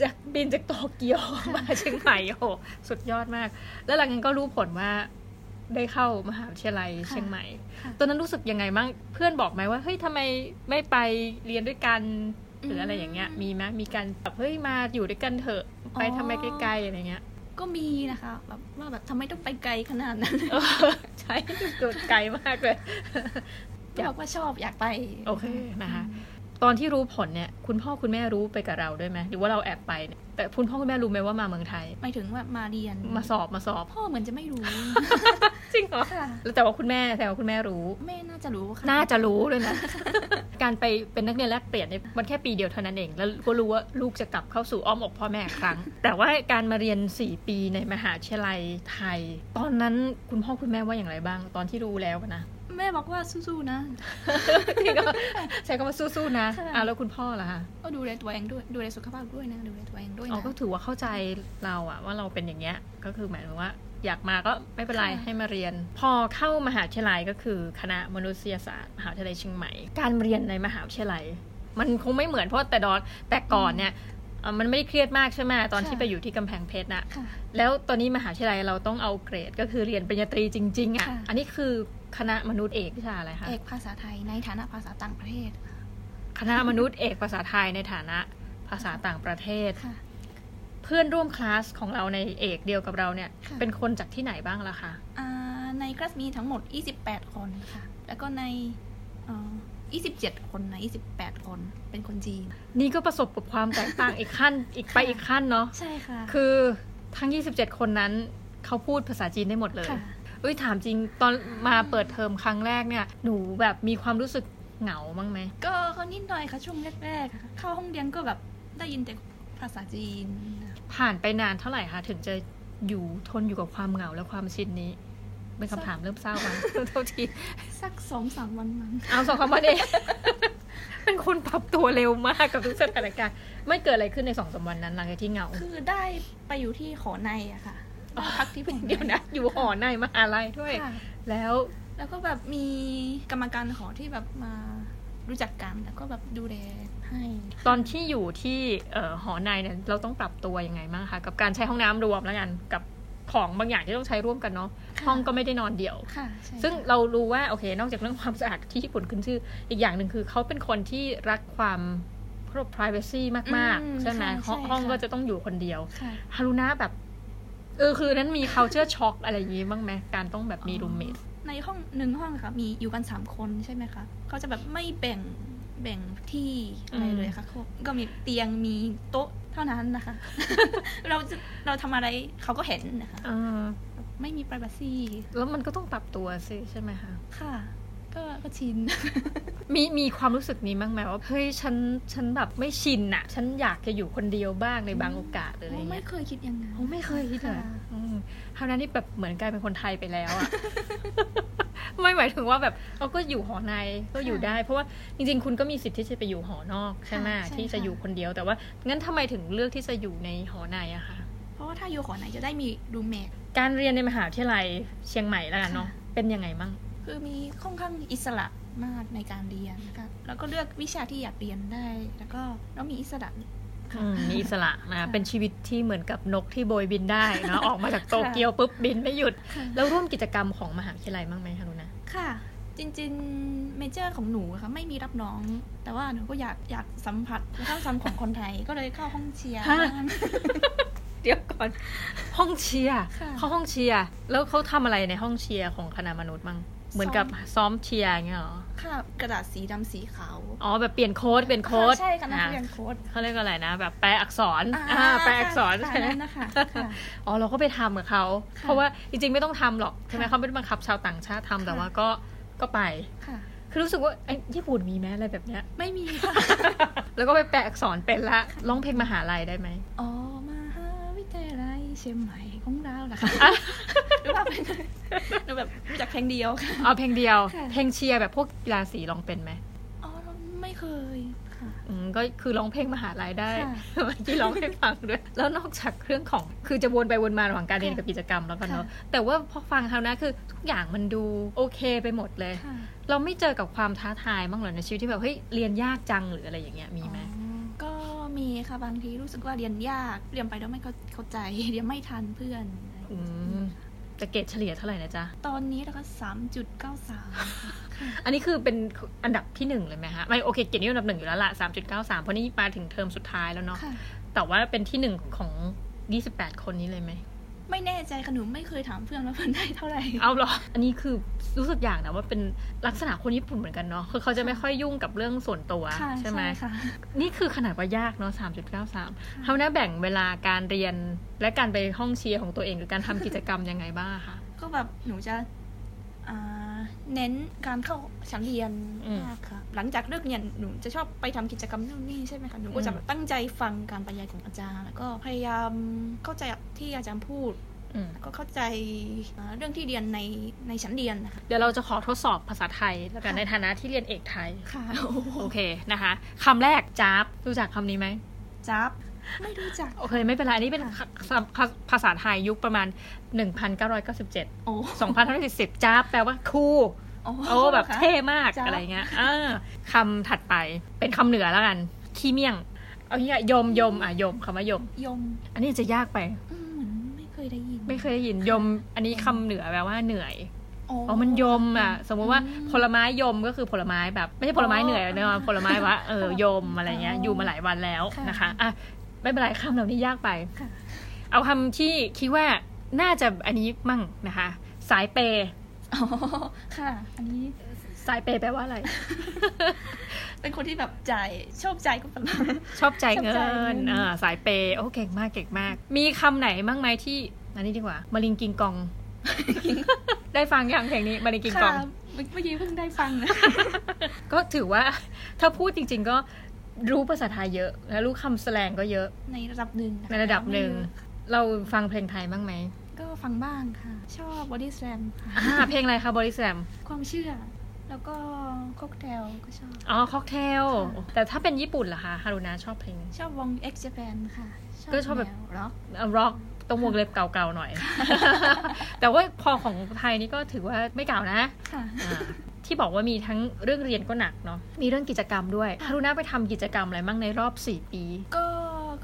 S1: จากบินจากโตเกียว มาเชียงใหม่โอ้โหสุดยอดมาก แล้วหลังจากนั้นก็รู้ผลว่าได้เข้ามหาวิทยาลัยเชียงใหม่
S2: ค่ะ
S1: ตอนนั้นรู้สึกยังไงบ้างเพื่อนบอกไหมว่า เฮ้ยทำไมไม่ไปเรียนด้วยกันหรืออะไรอย่างเงี้ย มีไหมมีการแบบเฮ้ยมาอยู่ด้วยกันเถอะไปทำไมไกลๆอะไรเงี้ย
S2: ก็มีนะคะแบบว่าแบบทำไมต้องไปไกลขนาดนั้น
S1: เออใช่โดดไกลมากเลย อยาก
S2: บอกว่าชอบอยากไป
S1: โอเคนะคะ ตอนที่รู้ผลเนี่ย คุณพ่อคุณแม่รู้ไปกับเราด้วยไหมหรือว่าเราแอบไปเนี่ยแต่คุณพ่อคุณแม่รู้ไหมว่ามาเมืองไทย
S2: หมายถึงว่ามาเรียน
S1: มาสอบมาสอบ
S2: พ่อเหมือนจะไม่รู้
S1: จริงเหรอ
S2: ค่ะ
S1: แล้วแต่ว่าคุณแม่แต่ว่าคุณแม่รู้
S2: แม่น่าจะรู้ค่ะ
S1: น่าจะรู้ด้วยนะ การไปเป็นนักเรียนแลกเปลี่ยนเนี่ยมันแค่ปีเดียวเท่านั้นเอง แล้วก็รู้ว่าลูกจะกลับเข้าสู่อ้อมอกพ่อแม่อีก ครั้ง แต่ว่าการมาเรียน 4 ปีในมหาวิทยาลัยไทย ตอนนั้นคุณพ่อคุณแม่ว่าอย่างไรบ้าง ตอนที่รู้แล้วนะ
S2: แม่บอกว่าสู้ๆนะ
S1: จริงเหรอใช้คำว่าสู้ๆนะ
S2: ค่ะ
S1: อ่ะแล้วคุณพ่อล่ะคะ
S2: ก็ดูแลตัวเองด้วยดูแลสุขภาพด้วยนะดูแลตัวเองด้วย
S1: อ๋อ
S2: นะ
S1: ก็ถือว่าเข้าใจเราอะว่าเราเป็นอย่างเงี้ย ก็คือหมายถึงว่า อยากมาก็ไม่เป็นไร
S2: ค่ะ
S1: ให้มาเรียน พอเข้ามหาวิทยาลัยก็คือ คณะมนุษยศาสตร์มหาวิทยาลัยเชียงใหม่ การเรียนในมหาวิทยาลัย มันคงไม่เหมือนเพราะแต่ดอนแต่ก่อนเนี่ยเอ่อมันไม่ได้เครียดมากใช่ไหมตอนที่ไปอยู่ที่กำแพงเพชรนะ
S2: ค่ะ
S1: แล้วตอนนี้มหาวิทยาลัยเราต้องเอาเกรดก็คือเรียนปริญญาตรีจริง ๆอะ
S2: ค่ะ
S1: อันนี้คือคณะมนุษย์เอกวิชาอะไรคะ
S2: เอกภาษาไทยในฐานะภาษาต่างประเทศค่ะ
S1: คณะมนุษย์เอกภาษาไทยในฐานะภาษาต่างประเทศ
S2: ค่ะ
S1: เพื่อนร่วมคลาสของเราในเอกเดียวกับเราเนี่ย
S2: ค่ะ
S1: เป็นคนจากที่ไหนบ้างล่ะคะ
S2: อ่าในคลาสมีทั้งหมด 28 คนค่ะ แล้วก็ในเอ่อ27 คนนะ28 คนเป็นคนจีน
S1: นี่ก็ประสบกับความแตกต่างอีกขั้น อีกไป
S2: ค่ะ
S1: อีกขั้นเนาะ
S2: ใช่ค่ะ
S1: คือทั้ง 27 คนนั้นเขาพูดภาษาจีนได้หมดเลย
S2: ค่ะ
S1: เอ้ยถามจริงตอนมาเปิดเทอมครั้งแรกเนี่ย หนูแบบมีความรู้สึกเหงาบ้างไหม
S2: ก็ก็นิดหน่อยค่ะช่วงแรกๆค่ะเข้าห้องเรียนก็แบบได้ยินแต่ภาษาจีนนะ
S1: ผ่านไปนานเท่าไหร่คะถึงจะอยู่ทนอยู่กับความเหงาและความชินนี้เป็นคำถามเริ่มเศร้ามา เท่าที
S2: สักสองสามวันมั้ง
S1: เอาสองคำว่าเองเป็นคนปรับตัวเร็วมากกับทุกสถานการณ์ ไม่เกิดอะไรขึ้นในสองสามวันนั้นหลังจากที่เหงา
S2: คือได้ไปอยู่ที่ขอในอะค่ะได้พักที่ผม
S1: เดี๋ยวนะ อยู่หอในมหาลัยด้วย
S2: ค่ะ
S1: แล้ว
S2: แล้วก็แบบมีกรรมการหอที่แบบมารู้จักกันแล้วก็แบบดูแลให้
S1: ตอนที่อยู่ที่เอ่อหอในเนี่ยเราต้องปรับตัวยังไงบ้างคะกับการใช้ห้องน้ำรวมแล้วกันกับของบางอย่างที่ต้องใช้ร่วมกันเนาะ
S2: ค่ะ
S1: ห้องก็ไม่ได้นอนเดี่ยว
S2: ค่ะใช่
S1: ซึ่ง
S2: ค่ะ
S1: เรารู้ว่าโอเคนอกจากเรื่องความสะอาดที่ญี่ปุ่นขึ้นชื่อ อีกอย่างหนึ่งคือเขาเป็นคนที่รักความพวก privacy มาก
S2: อืม
S1: ๆ ใช่ไหม
S2: ใช่
S1: ห้อง
S2: ใช่
S1: ห้อง
S2: ค่ะ
S1: ก็จะต้องอยู่คนเดียว
S2: ค่ะ
S1: ฮารุนะแบบเออคือนั้นมี culture shock อะไรอย่างงี้บ้างไหมการต้องแบบมี
S2: อ๋อ
S1: roommate
S2: ในห้องหนึ่งห้องค่ะมีอยู่กันสามคนใช่ไหมคะเขาจะแบบไม่แบ่งแบ่งที่อะไร
S1: อืม
S2: เลยค่ะเขาก็มีเตียงมีโต๊ะเท่านั้นนะคะ เราจะเราทำอะไรเขาก็เห็นนะคะ
S1: เออ
S2: ไม่มี privacy
S1: แล้วมันก็ต้องปรับตัวสิใช่ไหมคะ
S2: ค่ะ ก็ก็ชิน
S1: มีมีความรู้สึกนี้บ้างไหมว่าเฮ้ยฉันฉันแบบไม่ชินอะฉันอยากจะอยู่คนเดียวบ้างในบาง
S2: อืม
S1: โอกาสหรืออะไร
S2: ไม่
S1: เงี้ย
S2: เคยคิดอย่างนั้น
S1: โอ้ไม่เคยคิดเลย
S2: ค่ะ
S1: อืมคราวนั้นนี่แบบเหมือนกลายเป็นคนไทยไปแล้ว อะ ไม่หมายถึงว่าแบบเราก็อยู่หอในก็อยู่ได้ เพราะว่าจริงๆ คุณก็มีสิทธิ์ที่จะไปอยู่หอนอกใช่ไหม
S2: ค่ะใช่
S1: ที่จะ
S2: ค่ะ
S1: อยู่คนเดียวแต่ว่างั้นทำไมถึงเลือกที่จะอยู่ในหอในอะคะ
S2: เพราะว่าถ้าอยู่หอไหนจะได้มีรูเมท
S1: การเรียนในมหาวิทยาลัยเชียงใหม่แล้วกันเนาะ
S2: ค่ะ
S1: เป็นยังไงบ้าง
S2: คือมีค่อนข้างอิสระมากในการเรียนนะคะแล้วก็เลือกวิชาที่อยากเรียนได้ แล้วก็เรามีอิสระ
S1: อืมมีอิสระนะ
S2: ค่ะ
S1: เป็นชีวิตที่เหมือนกับนกที่โบยบินได้ เนาะออกมาจากโต
S2: ค่ะ
S1: เกียวปุ๊บบินไม่หยุด
S2: ค่ะ
S1: แล้วร่วมกิจกรรมของมหาวิทยาลัยบ้างไหมคะนุนะ
S2: ค่ะ จริงๆเมเจอร์ของหนูอะค่ะไม่มีรับน้อง แต่ว่าหนูก็อยากอยากสัมผัสวัฒนธรรมของคนไทย ก็เลยเข้าห้องเชียร์
S1: ฮะ
S2: บ้าง
S1: เดี๋ยวก่อน ห้องเชียร์
S2: ค่ะ
S1: เขาห้องเชียร์แล้วเขาทำอะไรในห้องเชียร์ของคณะมนุษย์บ้างเหมือนกับ
S2: ซ้อม
S1: ซ้อมเชียร์อย่างเงี้ยเหรอ
S2: ค่ะกระดาษสีดำสีขาว
S1: อ๋อแบบเปลี่ยนโค้ดเปลี่ยนโค้ด
S2: อ่าใช่ค่ะนักเรียน
S1: อ่
S2: โค้ด
S1: เขาเรียกอะไรนะ แบบแปลอักษร
S2: อ่า
S1: อ่าแปลอักษร
S2: ค่ะ
S1: ใช่ไหม
S2: ค่ะนั่นนะคะค่ะ
S1: อ๋อเราก็ไปทำกับเขา
S2: ค่ะ
S1: เพราะว่าจริงๆไม่ต้องทำหรอกใช่ไหม
S2: ค่ะ
S1: เขาไม่ได้บังคับชาวต่างชาติทำแต่
S2: ค่ะ
S1: ว่าก็ก็ไป
S2: ค่ะ
S1: คือรู้สึกว่าไอ้ญี่ปุ่นมีไหมอะไรแบบเนี้ย
S2: ไม่มีค่ะ
S1: แล้วก็ไปแปลอักษรเป็นละร้องเพลงมหาลัยได้ ไหม
S2: อ๋อมหาวิทยาลัยเชียงใหม่ของเราเหรอคะหรือว่าเป็นหนูแบบรู้จักเพลงเดียวค่ะ
S1: เอาเพลงเดียว
S2: ค่ะ
S1: เพลงเชียร์แบบพวกกีฬาสีลองเป็นไหม
S2: อ๋อไม่เคยค่ะ
S1: อืมก็คือร้องเพลงมหาลัยได้
S2: ค่ะ
S1: เมื่อกี้ร้องให้ฟังด้วย แล้วนอกจากเรื่องของคือจะวนไปวนมาระหว่างการเรียน
S2: ค่ะ
S1: กับกิจกรรมแล้วกันเนาะ
S2: ค่ะ
S1: แต่ว่าพอฟังเขานะคือทุกอย่างมันดูโอเคไปหมดเลย
S2: ค่ะ
S1: เราไม่เจอกับความท้าทายบ้างเหรอในชีวิตที่แบบเฮ้ยเรียนยากจังหรืออะไรอย่างเงี้ยมีไหม
S2: อ๋อก็มีค่ะบางทีรู้สึกว่าเรียนยาก เรียนไปแล้วไม่เข้าเข้าใจ เรียนไม่ทันเพื่อน
S1: อืมแต่เกรดเฉลี่ยเท่าไหร่นะจ๊ะ
S2: ตอนนี้เราก็สามจุดเก้าสาม
S1: อันนี้คือเป็นอันดับที่หนึ่งเลยไหมฮะไม่โอเคเกรดนี่อันดับหนึ่งอยู่แล้วละ3.93เพราะนี่มาถึงเทอมสุดท้ายแล้วเนาะ
S2: ค่ะ
S1: แต่ว่าเป็นที่หนึ่งของ 28 คนนี้เลยไหม
S2: ไม่แน่ใจค่ะหนูไม่เคยถามเพื่อนว่าเพื่อนได้เท่าไหร่
S1: เอาเหรอ อันนี้คือรู้สึกอย่างนะว่าเป็นลักษณะคนญี่ปุ่นเหมือนกันเนาะ คือเขาจะไม่ค่อยยุ่งกับเรื่องส่วนตัว
S2: ค่ะ
S1: ใช่ไหม
S2: ค่ะ
S1: นี่คือขนาดว่ายากเนาะ 3.93เขาน่าแบ่งเวลาการเรียนและการไปห้องเชียร์ของตัวเองหรือการทำกิจกรรมยังไงบ้างอะคะ
S2: ก็แบบหนูจะอ่าเน้นการเข้าชั้นเรียน
S1: อืม
S2: มากค่ะ หลังจากเลิกเรียนหนูจะชอบไปทำกิจกรรมนู่นนี่ใช่ไหมคะหนูก็จะ
S1: อืม
S2: ตั้งใจฟังการบรรยายของอาจารย์ แล้วก็พยายามเข้าใจที่อาจารย์พูด
S1: อืม
S2: ก็เข้าใจเอ่อเรื่องที่เรียนในในชั้นเรียนนะคะ
S1: เดี๋ยวเราจะขอทดสอบภาษาไทย แล้วกัน
S2: ค่ะ
S1: ในฐานะที่เรียนเอกไทย
S2: ค่ะ
S1: โอเคนะคะคำแรกจ๊าบรู้จักคำนี้ไหม
S2: จับ ไม่รู้จัก
S1: โอเค ไม่เป็นไร อันนี้เป็น
S2: ค่ะ
S1: คำภาภาษาไทยยุคประมาณ 1997
S2: โอ้
S1: 2510จ๊าบแปลว่าคู โอ้แบบ
S2: ค่ะ
S1: เท่มาก
S2: จ๊ะ
S1: อะไรเงี้ยอ่าคำถัดไปเป็นคำเหนือแล้วกัน ขี้เมี่ยง เอางี้อะยมยมอ่ะยมคำว่ายม
S2: ยม
S1: อันนี้จะยากไป
S2: อืมเหมือนไม่เคยได้ยิน
S1: ไม่เคยได้ยินยม อันนี้คำเหนือแปลว่าเหนื่อย
S2: โอ้
S1: อ๋อมันยมอ่ะ สมมุติว่า
S2: อืม
S1: ผลไม้ยมก็คือผลไม้แบบ ไม่ใช่ผลไม้เหนื่อย
S2: อ๋อ
S1: นะผลไม้ว่าเออยมอะไรเงี้ย
S2: อ๋อ
S1: อ
S2: อยู่
S1: มาหลายวันแล้ว
S2: ค่ะ
S1: นะคะอ่ะไม่เป็นไรคำเหล่านี้ยากไป
S2: ค่ะ
S1: เอาคำที่คิดว่าน่าจะอันนี้มั่งนะคะ สายเปย์
S2: อ๋อค่ะ อันนี้
S1: สายเปย์แปลว่า อะไร
S2: เป็นคนที่แบบจ่ายชอบจ่ายก็แบบ
S1: ชอบใจายเงิ
S2: ชอบจ่ายเงิ
S1: น
S2: น
S1: อ่าสายเปย์โอ้เก่งมากเก่งมาก มีคำไหนบ้างไหมที่ อันนี้ดีกว่ามาริงกิงก อง ได้ฟังยังเพลงนี้มาริงกิงกอง
S2: ค่ะเมื่อเมื่อกี้เพิ่งได้ฟังนะ
S1: ก็ถือว่า ถ้าพูดจริง ๆ ก็รู้ภาษาไทยเยอะและรู้คำแสลงก็เยอะ
S2: ในระดับหนึ่งค
S1: ในระดับหนึ่ง เราฟังเพลงไทยบ้ างไหม
S2: ก็ฟังบ้างค่ะ ชอบบอดี้แ a มค่ะ
S1: อ่าเพลงอะไรคะบริแซม
S2: ความเชื่อ แล้วก็ค็อกเทลก็ชอบ
S1: อ๋อค็อกเทล แต่ถ้าเป็นญี่ปุ่นล่ะคะฮารุนาชอบเพลง
S2: ชอบวง X Japan ค่ะ
S1: ก็ชอบแบบ
S2: นวร็อก
S1: ร็อก ต้องวงเล็บเก่าๆ หน่อย แต่ว่าพอของไทยนี่ก็ถือว่าไม่เก่านะ
S2: ค่ะ
S1: ที่บอกว่ามีทั้งเรื่องเรียนก็หนักเนาะ มีเรื่องกิจกรรมด้วยคารุณาไปทำกิจกรรมอะไรบ้างในรอบ 4 ปี
S2: ก็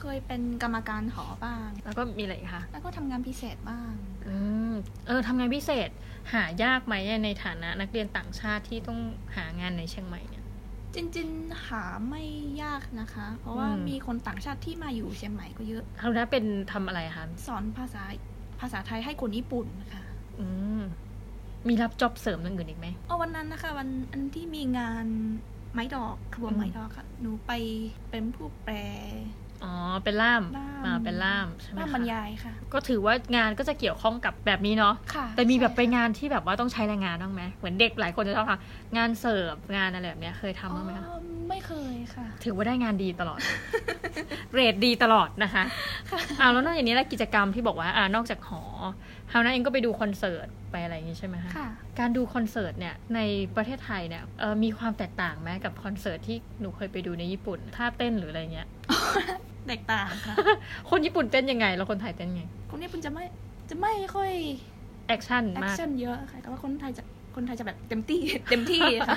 S2: เคยเป็นกรรมการหอบ้าง
S1: แล้วก็มีอะไรอีกคะ
S2: แล้วก็ทำงานพิเศษบ้าง
S1: อืมเออทำงานพิเศษ หายากไหมในฐานะนักเรียนต่างชาติที่ต้องหางานในเชียงใหม่เนี่ย
S2: จริงๆหาไม่ยากนะคะ เพราะว่า
S1: อืม
S2: มีคนต่างชาติที่มาอยู่เชียงใหม่ก็เยอะ
S1: คารุณาเป็นทำอะไรคะ
S2: สอนภาษาภาษาไทยให้คนญี่ปุ่นค่ะ
S1: อืม มีรับจ็อบเสริมอย่างอื่นอีกไหม
S2: เอาวันนั้นนะคะ วันอันที่มีงานไม้ดอกขบวน
S1: อืม
S2: ไม้ดอกค่ะ หนูไปเป็นผู้แปล
S1: อ๋อ เป็นล่าม
S2: ล่าม
S1: อ่าเป็นล่ามใช่ไหม
S2: ร่าม
S1: คะ
S2: บรรยายค่ะ
S1: ก็ถือว่างานก็จะเกี่ยวข้องกับแบบนี้เนาะ
S2: ค่ะ
S1: แต่มีแบบไป
S2: ใช่ค่ะ
S1: งานที่แบบว่าต้องใช้แรงงานบ้างไหมเหมือนเด็กหลายคนจะชอบทำงานเสิร์ฟงานอะไรแบบเนี้ยเคยทำบ้างไหมคะ
S2: อ๋อไม่เคยค่ะ
S1: ถือว่าได้งานดีต ลอด เรดดีตลอดนะคะอ้าวแล้วนอกจากนี้แล้วกิจกรรมที่บอกว่าอ่านอกจากหอฮาวน่าเองก็ไปดูคอนเสิร์ตไปอะไรอย่างงี้ใช่ไหมคะ
S2: ค่ะ
S1: การดูคอนเสิร์ตเนี่ยในประเทศไทยเนี่ยเอ่อมีความแตกต่างไหมกับคอนเสิร์ตที่หนูเคยไปดูในญี่ปุ่นท่าเต้นหรืออะไรเงี้ย
S2: แตกต่างค่ะ
S1: คนญี่ปุ่นเต้นยังไงแล้วคนไทยเต้นยังไง
S2: คนญี่ปุ่นจะไม่จะไม่ค่อย
S1: แอคชั่น
S2: แอค
S1: มาก
S2: ชั่นเยอะค่ะ แต่ว่าคนไทยจะคนไทยจะแบบเต็มที่ เต็มที่ค่ะ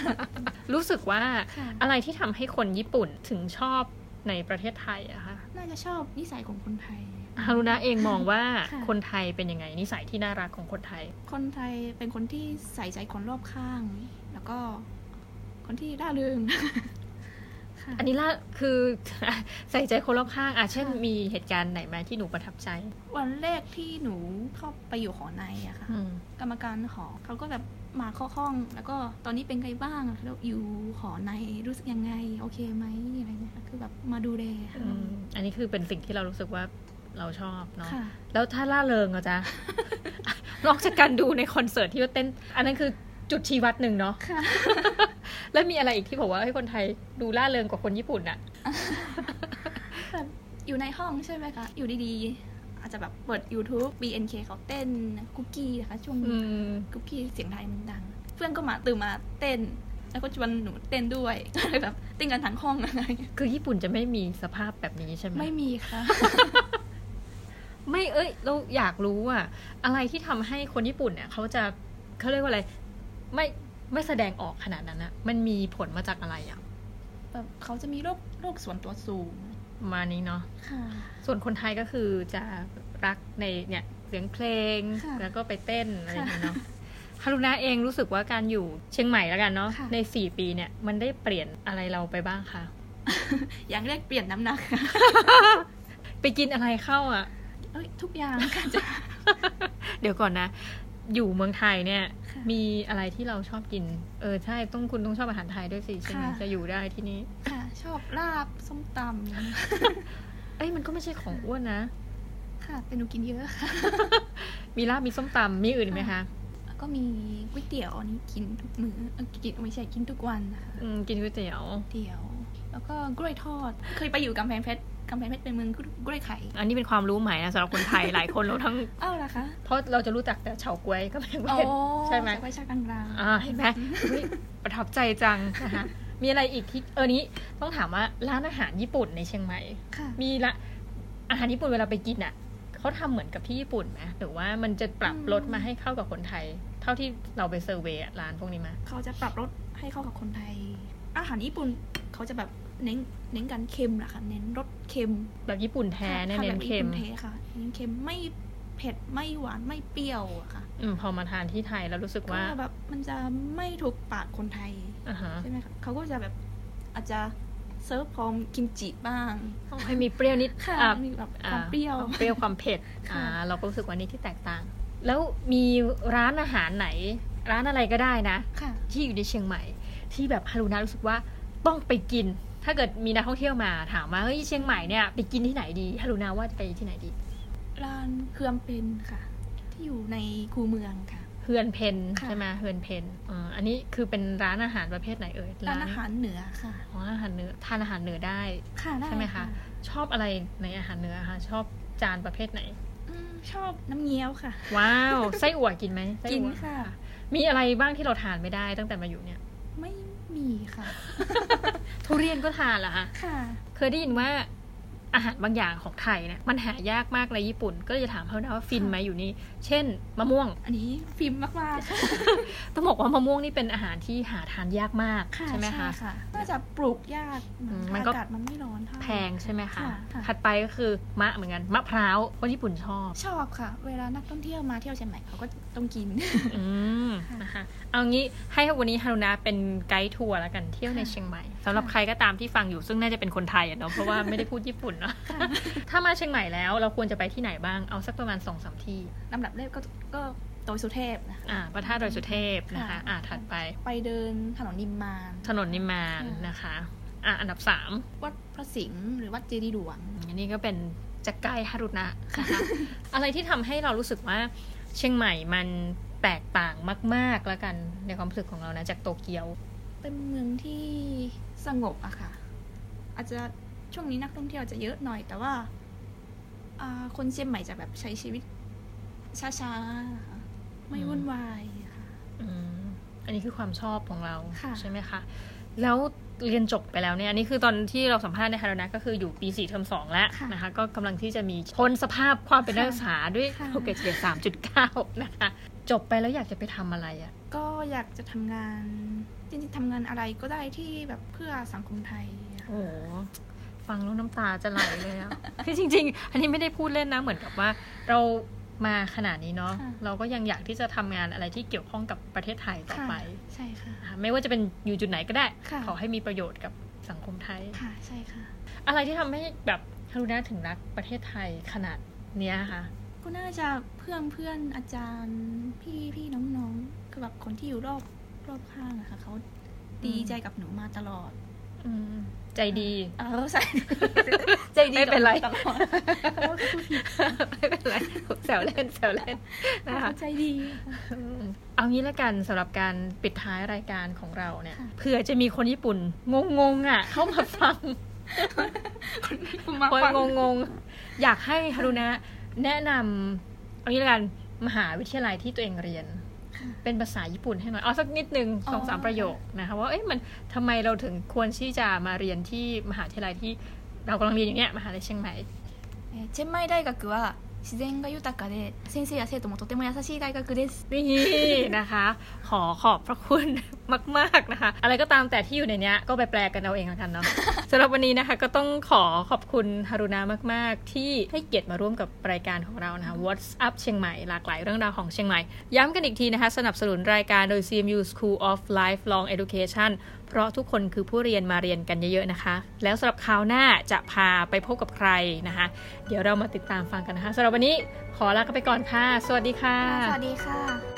S1: รู้สึกว่า
S2: ค่ะ
S1: อะไรที่ทำให้คนญี่ปุ่นถึงชอบในประเทศไทยอะคะ
S2: น่าจะชอบนิสัยของคนไทย
S1: ฮารุนะเองมองว่า
S2: ค่ะ
S1: คนไทยเป็นยังไงนิสัยที่น่ารักของคนไทย
S2: คนไทยเป็นคนที่ใส่ใจคนรอบข้าง แล้วก็คนที่ร่าเริง ค่ะ
S1: อันนี้ล่ะคือ ใส่ใจคนรอบข้างอ่ะเช่น
S2: ค่ะ
S1: มีเหตุการณ์ไหนไหมที่หนูประทับใจ
S2: วันแรกที่หนูเข้าไปอยู่หอในอะค่ะ
S1: อืม
S2: กรรมการหอเขาก็แบบมาเคาะห้อง แล้วก็ตอนนี้เป็นไงบ้างแล้วอยู่หอในรู้สึกยังไง โอเคไหมอะไรเงี้ยค่ะคือแบบมาดูแลค่ะ
S1: อืมอันนี้คือเป็นสิ่งที่เรารู้สึกว่าเราชอบเนาะ
S2: ค่ะ
S1: แล้วถ้าล่าเริงอะ จ๊ะ นอกจากการดูในคอนเสิร์ตที่ว่าเต้น อันนั้นคือจุดชี้วัดหนึ่งเนาะ
S2: ค่ะ
S1: แล้วมีอะไรอีกที่บอกว่าให้ยคนไทยดูล่าเริงกว่าคนญี่ปุ่นอะ
S2: แบบอยู่ในห้องใช่ไหมคะ อยู่ดีๆ อาจจะแบบเปิด YouTube BNK เขาเต้นคุกกี้นะคะช่วง
S1: อื
S2: นี้
S1: ม
S2: กุ๊กกี้เสียงไทยมันดัง เพื่อนก็มาตื่นมาเต้น แล้วก็ชวนหนูเต้นด้วย แบบเต้นกันทั้งห้องอะไรอย่างเงี้ย
S1: คือญี่ปุ่นจะไม่มีสภาพแบบนี้ใช่ไหม
S2: ไม่มีค่ะ
S1: ไม่เอ้ย เราอยากรู้อะอะไรที่ทำให้คนญี่ปุ่นเนี่ยเขาจะเขาเรียกว่าอะไร ไม่ไม่แสดงออกขนาดนั้นอะมันมีผลมาจากอะไรอะ
S2: แบบเขาจะมีโรคโรคส่วนตัวสูง
S1: ประมาณนี้เนาะ
S2: ค่ะ
S1: ส่วนคนไทยก็คือจะรักในเนี่ยเสียงเพลง
S2: ค่ะ
S1: แล้วก็ไปเต้นอะไรอย่างเงี้ยเนาะฮารุนะเองรู้สึกว่าการอยู่เชียงใหม่แล้วกันเนาะ
S2: ค่ะ
S1: ใน 4 ปีเนี่ยมันได้เปลี่ยนอะไรเราไปบ้างคะ
S2: อย่างแรกเปลี่ยนน้ำหนักค่ะ
S1: ไปกินอะไรเข้าอะ
S2: เอ้ยทุกอย่างค่ะจะ
S1: เดี๋ยวก่อนนะ อยู่เมืองไทยเนี่ย
S2: ค่ะ
S1: มีอะไรที่เราชอบกิน เออใช่ต้องคุณต้องชอบอาหารไทยด้วยสิใช่ไหม
S2: ค่ะ
S1: จะอยู่ได้ที่นี่
S2: ค่ะ ชอบลาบส้มต
S1: เอ้ยมันก็ไม่ใช่ของอ้วนนะ
S2: ำค่ะ เป็นหนูกินเยอะค่ะ
S1: มีลาบมีส้มตำมีอื่นอีกไหมคะ
S2: แล้วก็มีก๋วยเตี๋ยวอันนี้กินทุกมื้อเอ้ยกินไม่ใช่กินทุกวันนะคะ
S1: อืมกินก๋วยเตี๋ยว
S2: ก๋วยเตี๋ยว แล้วก็กล้วยทอด เคยไปอยู่กำแพงเพชรกำแพงเพชรเป็นเมืองกล้วยไข่
S1: อันนี้เป็นความรู้ใหม่นะสำหรับคนไทย หลายคนเราทั้ง
S2: อ้าวเหรอคะ
S1: เพราะเราจะรู้จักแต่เฉาก๊วยก็ไม่
S2: อ๋อ
S1: เห็น ใช่ไหม
S2: จะไปชากลางๆ
S1: อ่าเห็นไหม อุ๊ยประทับใจจังนะคะมีอะไรอีกที่เออนี้ต้องถามว่าร้านอาหารญี่ปุ่นในเชียงใหม่
S2: ค่ะ
S1: มีละอาหารญี่ปุ่นเวลาไปกินอ่ะเขาทำเหมือนกับที่ญี่ปุ่นไหมหรือว่ามันจะปรับรสมาให้เข้ากับคนไทย เท่าที่เราไปเซอร์เวยอะร้านพวกนี้ไหม
S2: เขาจะปรับรสให้เข้ากับคนไทย อาหารญี่ปุ่นเขาจะแบบเน้นเน้นการเค็มแหละค่ะเน้นรสเค็ม
S1: แบบญี่ปุ่นแท้เนี่ย
S2: ค่ะ
S1: เน้น
S2: แบบ
S1: เค็ม
S2: ญี่ปุ่แท้ค่ะเน้นเค็มไม่เผ็ดไม่หวานไม่เปรี้ยวอะค่ะ
S1: อืมพอมาทานที่ไทยแล้วรู้สึก
S2: ก็
S1: ว่า
S2: แบบมันจะไม่ถูกปากคนไทย
S1: อ่าฮะ
S2: ใช่ไหมคะเขาก็จะแบบอาจจะเซิร์ฟพร้อมกิมจิบ้าง
S1: ต้องให้มีเปรี้ยวนิด
S2: ค่ะ
S1: อ่ะ
S2: มีแบบค
S1: อ่
S2: วามเปรี้ยว
S1: ความเปรี้ยวความเผ็ด
S2: ค่ะ
S1: อ่าเราก็รู้สึกว่านี่ที่แตกต่าง แล้วมีร้านอาหารไหน ร้านอะไรก็ได้นะ
S2: ค่ะ
S1: ที่อยู่ในเชียงใหม่ ที่แบบฮารุนะรู้สึกว่าต้องไปกิน ถ้าเกิดมีนักท่องเที่ยวมาถามว่าเฮ้ยเชียงใหม่เนี่ยไปกินที่ไหนดีฮารุนะว่าจะไปที่ไหนดี
S2: ร้านเครื่องเป็นค่ะ ที่อยู่ในคูเมืองค่ะ
S1: เฮือนเพน
S2: ค่ะ
S1: ใช่ไหมเฮือนเพนอ่าอันนี้คือเป็นร้านอาหารประเภทไหนเอ่ย
S2: ร้านอาหารเหนือค่ะ
S1: อ๋ออาหารเหนือทานอาหารเหนือได้
S2: ค่ะด้
S1: ใช่ไหมคะ ชอบอะไรในอาหารเหนื้อคะชอบจานประเภทไหน
S2: อืมชอบน้ำเงี้ยวค่ะ
S1: ว้าว ไส้อั่วกินไหมไส้อั่ว
S2: กินค่ะ
S1: มีอะไรบ้างที่เราทานไม่ได้ตั้งแต่มาอยู่เนี่ย
S2: ไม่มีค่ะ
S1: ทุเรียนก็ทานเหรอคะ
S2: ค่ะ
S1: เคยได้ยินว่า อาหารบางอย่างของไทยเนี่ยมันหายากมากในญี่ปุ่น ก็เลยจะถามเขานะว่าฟินไหมอยู่นี่ เช่น มะม่วง
S2: อันนี้ฟิล์มมากๆค่ะ
S1: ต้องบอกว่ามะม่วงนี่เป็นอาหารที่หาทานยากมากใช่ไหมคะ
S2: น่าจะปลูกยาก
S1: อืมมันก็
S2: อากาศมันไม่ร้อนเท่า
S1: แพงใช่ไหมคะ
S2: ค่ะค่ะ
S1: ถัดไปก็คือมะเหมือนกันมะพร้าวคนญี่ปุ่นชอบ
S2: ชอบค่ะ เวลานักท่องเที่ยวมาเที่ยวเชียงใหม่เขาก็ต้องกิน
S1: อืมนะคะเอางี้ให้วันนี้ฮารุนะเป็นไกด์ทัวร์แล้วกันเที่ยวในเชียงใหม่สำหรับ
S2: ค่ะ
S1: ใครก็ตามที่ฟังอยู่ซึ่งน่าจะเป็นคนไทยอะเนาะเพราะว่าไม่ได้พูดญี่ปุ่นเนาะ
S2: ค่ะ
S1: ถ้ามาเชียงใหม่แล้วเราควรจะไปที่ไหนบ้างเอาสักประมาณสองสามที่
S2: ลำดับแรกก็ก็โตยสุเทพนะคะ
S1: อ่าพระธาตุดอยสุเทพนะคะ
S2: ค่ะ
S1: อ่าถัดไป
S2: ไปเดินถนนนิมมาน
S1: ถนนนิมมาน
S2: ค่ะ
S1: นะคะอ่าอันดับสาม
S2: วัดพระสิงห์หรือวัดเจดีย์หลวง
S1: อันนี้ก็เป็นจักรไกฮารุนะ นะคะอะไรที่ทำให้เรารู้สึกว่าเชียงใหม่มันแตกต่างมาก ๆแล้วกันในความรู้สึกของเรานะจากโตเกียว
S2: เป็นเมืองที่สงบอะค่ะ อาจจะช่วงนี้นักท่องเที่ยวจะเยอะหน่อย แต่ว่าอ่าคนเชียงใหม่จะแบบใช้ชีวิตช้าๆ ไม่วุ่นวายค่ะ
S1: อืมอันนี้คือความชอบของเรา
S2: ค่ะ
S1: ใช่ไหมคะ แล้วเรียนจบไปแล้วเนี่ย อันนี้คือตอนที่เราสัมภาษณ์ในฮารนะก็คืออยู่ปีสี่เทอมสองแล้วนะคะ ก็กำลังที่จะมีพ้นสภาพความเป็นนักศึกษาด้วยโอเคเฉลี่ยสามจุดเก้านะคะ จบไปแล้วอยากจะไปทำอะไรอะ่ะ
S2: ก็อยากจะทำงาน จริงๆทำงานอะไรก็ได้ที่แบบเพื่อสังคมไทยอะค่ะ
S1: โอ้โหฟังแล้วน้ำตาจะไหลเลยอะ คือจริง ๆ อันนี้ไม่ได้พูดเล่นนะเหมือนกับว่า เรามาขนาดนี้เนาะเราก็ยังอยากที่จะทำงานอะไรที่เกี่ยวข้องกับประเทศไทยต่อไป
S2: ใช่ค่ะ
S1: นะคะไม่ว่าจะเป็นอยู่จุดไหนก็ได้
S2: ค่ะ
S1: ขอให้มีประโยชน์กับสังคมไทย
S2: ค่ะใช่ค่ะ
S1: อะไรที่ทำให้แบบฮารุนะถึงรักประเทศไทยขนาดเนี้ยค่ะ
S2: ก็น่าจะเพื่อนเพื่อนอาจารย์พี่พี่น้องๆคือแบบคนที่อยู่รอบรอบข้างอะค่ะเขาดีใจกับหนูมาตลอด
S1: อืม ใจดี
S2: เออใส่ ใจดี
S1: ไม่ เป็นไร
S2: กับหตลอดเขาก็พูดผิด
S1: ไม่เป็นไรแซวเล่นแซวเล่นนะคะ
S2: เขาใจ ดี
S1: อืมเอางี้ละกันสำหรับการปิดท้ายรายการของเราเนี่ย
S2: ค่ะ
S1: เผื่อจะมีคนญี่ปุ่น งงๆอ่ะ เข้ามาฟัง
S2: มา
S1: คน
S2: ฟัง
S1: งงๆ อยากให้ฮารุนะแนะนำเอางี้ละกันมหาวิทยาลัยที่ตัวเองเรียน
S2: ค่ะ
S1: เป็นภาษาญี่ปุ่นให้หน่อยเอาสักนิดนึงสองสามประโยคนะคะว่าเอ๊ะมันทำไมเราถึงควรที่จะมาเรียนที่มหาวิทยาลัยที่เรากำลังเรียนอย่างเงี้ยมหาลัยเชียงใหม่
S2: เอ่อเชียงใหม่大学は自然が豊かで先生や生徒もとても優しい大学です
S1: นี่นะคะ ขอขอบพระคุณมาก ๆนะคะ อะไรก็ตามแต่ที่อยู่ในเนี้ยก็ไปแปลกันเอาเองแล้ว กันเนาะ สำหรับวันนี้นะคะก็ต้องขอขอบคุณฮารุนามาก ๆ ที่ให้เกียรติมาร่วมกับรายการของเรานะคะ What's Up เชียงใหม่หลากหลายเรื่องราวของเชียงใหม่ ย้ำกันอีกทีนะคะ สนับสนุนรายการโดย CMU School of Lifelong Education เพราะทุกคนคือผู้เรียนมาเรียนกันเยอะ ๆ นะคะ แล้วสำหรับคราวหน้าจะพาไปพบกับใครนะคะ เดี๋ยวเรามาติดตามฟังกันนะคะสำหรับวันนี้ขอลากันไปก่อนค่ะ สวัสดีค่ะ
S2: สวัสดีค่ะ